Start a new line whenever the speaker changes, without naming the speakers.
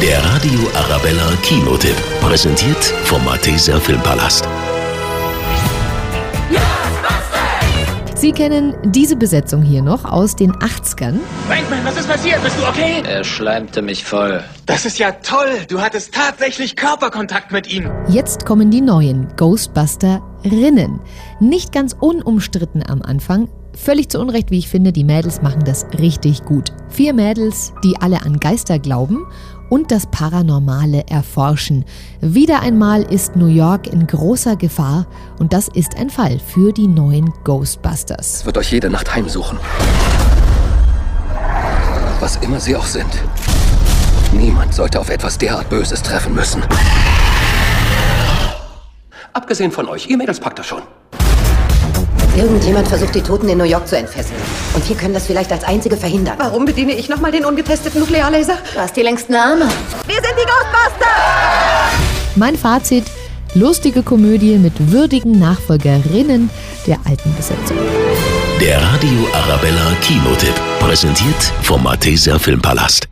Der Radio Arabella Kinotipp. Präsentiert vom Malteser Filmpalast.
Sie kennen diese Besetzung hier noch aus den 80ern.
Bankman, was ist passiert? Bist du okay?
Er schleimte mich voll.
Das ist ja toll. Du hattest tatsächlich Körperkontakt mit ihm.
Jetzt kommen die neuen Ghostbuster-Rinnen. Nicht ganz unumstritten am Anfang. Völlig zu Unrecht, wie ich finde, die Mädels machen das richtig gut. Vier Mädels, die alle an Geister glauben und das Paranormale erforschen. Wieder einmal ist New York in großer Gefahr und das ist ein Fall für die neuen Ghostbusters.
wird euch jede Nacht heimsuchen. Was immer sie auch sind. Niemand sollte auf etwas derart Böses treffen müssen. Abgesehen von euch, ihr Mädels packt das schon.
Irgendjemand versucht, die Toten in New York zu entfesseln. Und wir können das vielleicht als Einzige verhindern.
Warum bediene ich nochmal den ungetesteten Nuklearlaser?
Du hast die längsten Arme.
Wir sind die Ghostbusters!
Mein Fazit: lustige Komödie mit würdigen Nachfolgerinnen der alten Besetzung.
Der Radio Arabella Kinotipp. Präsentiert vom Malteser Filmpalast.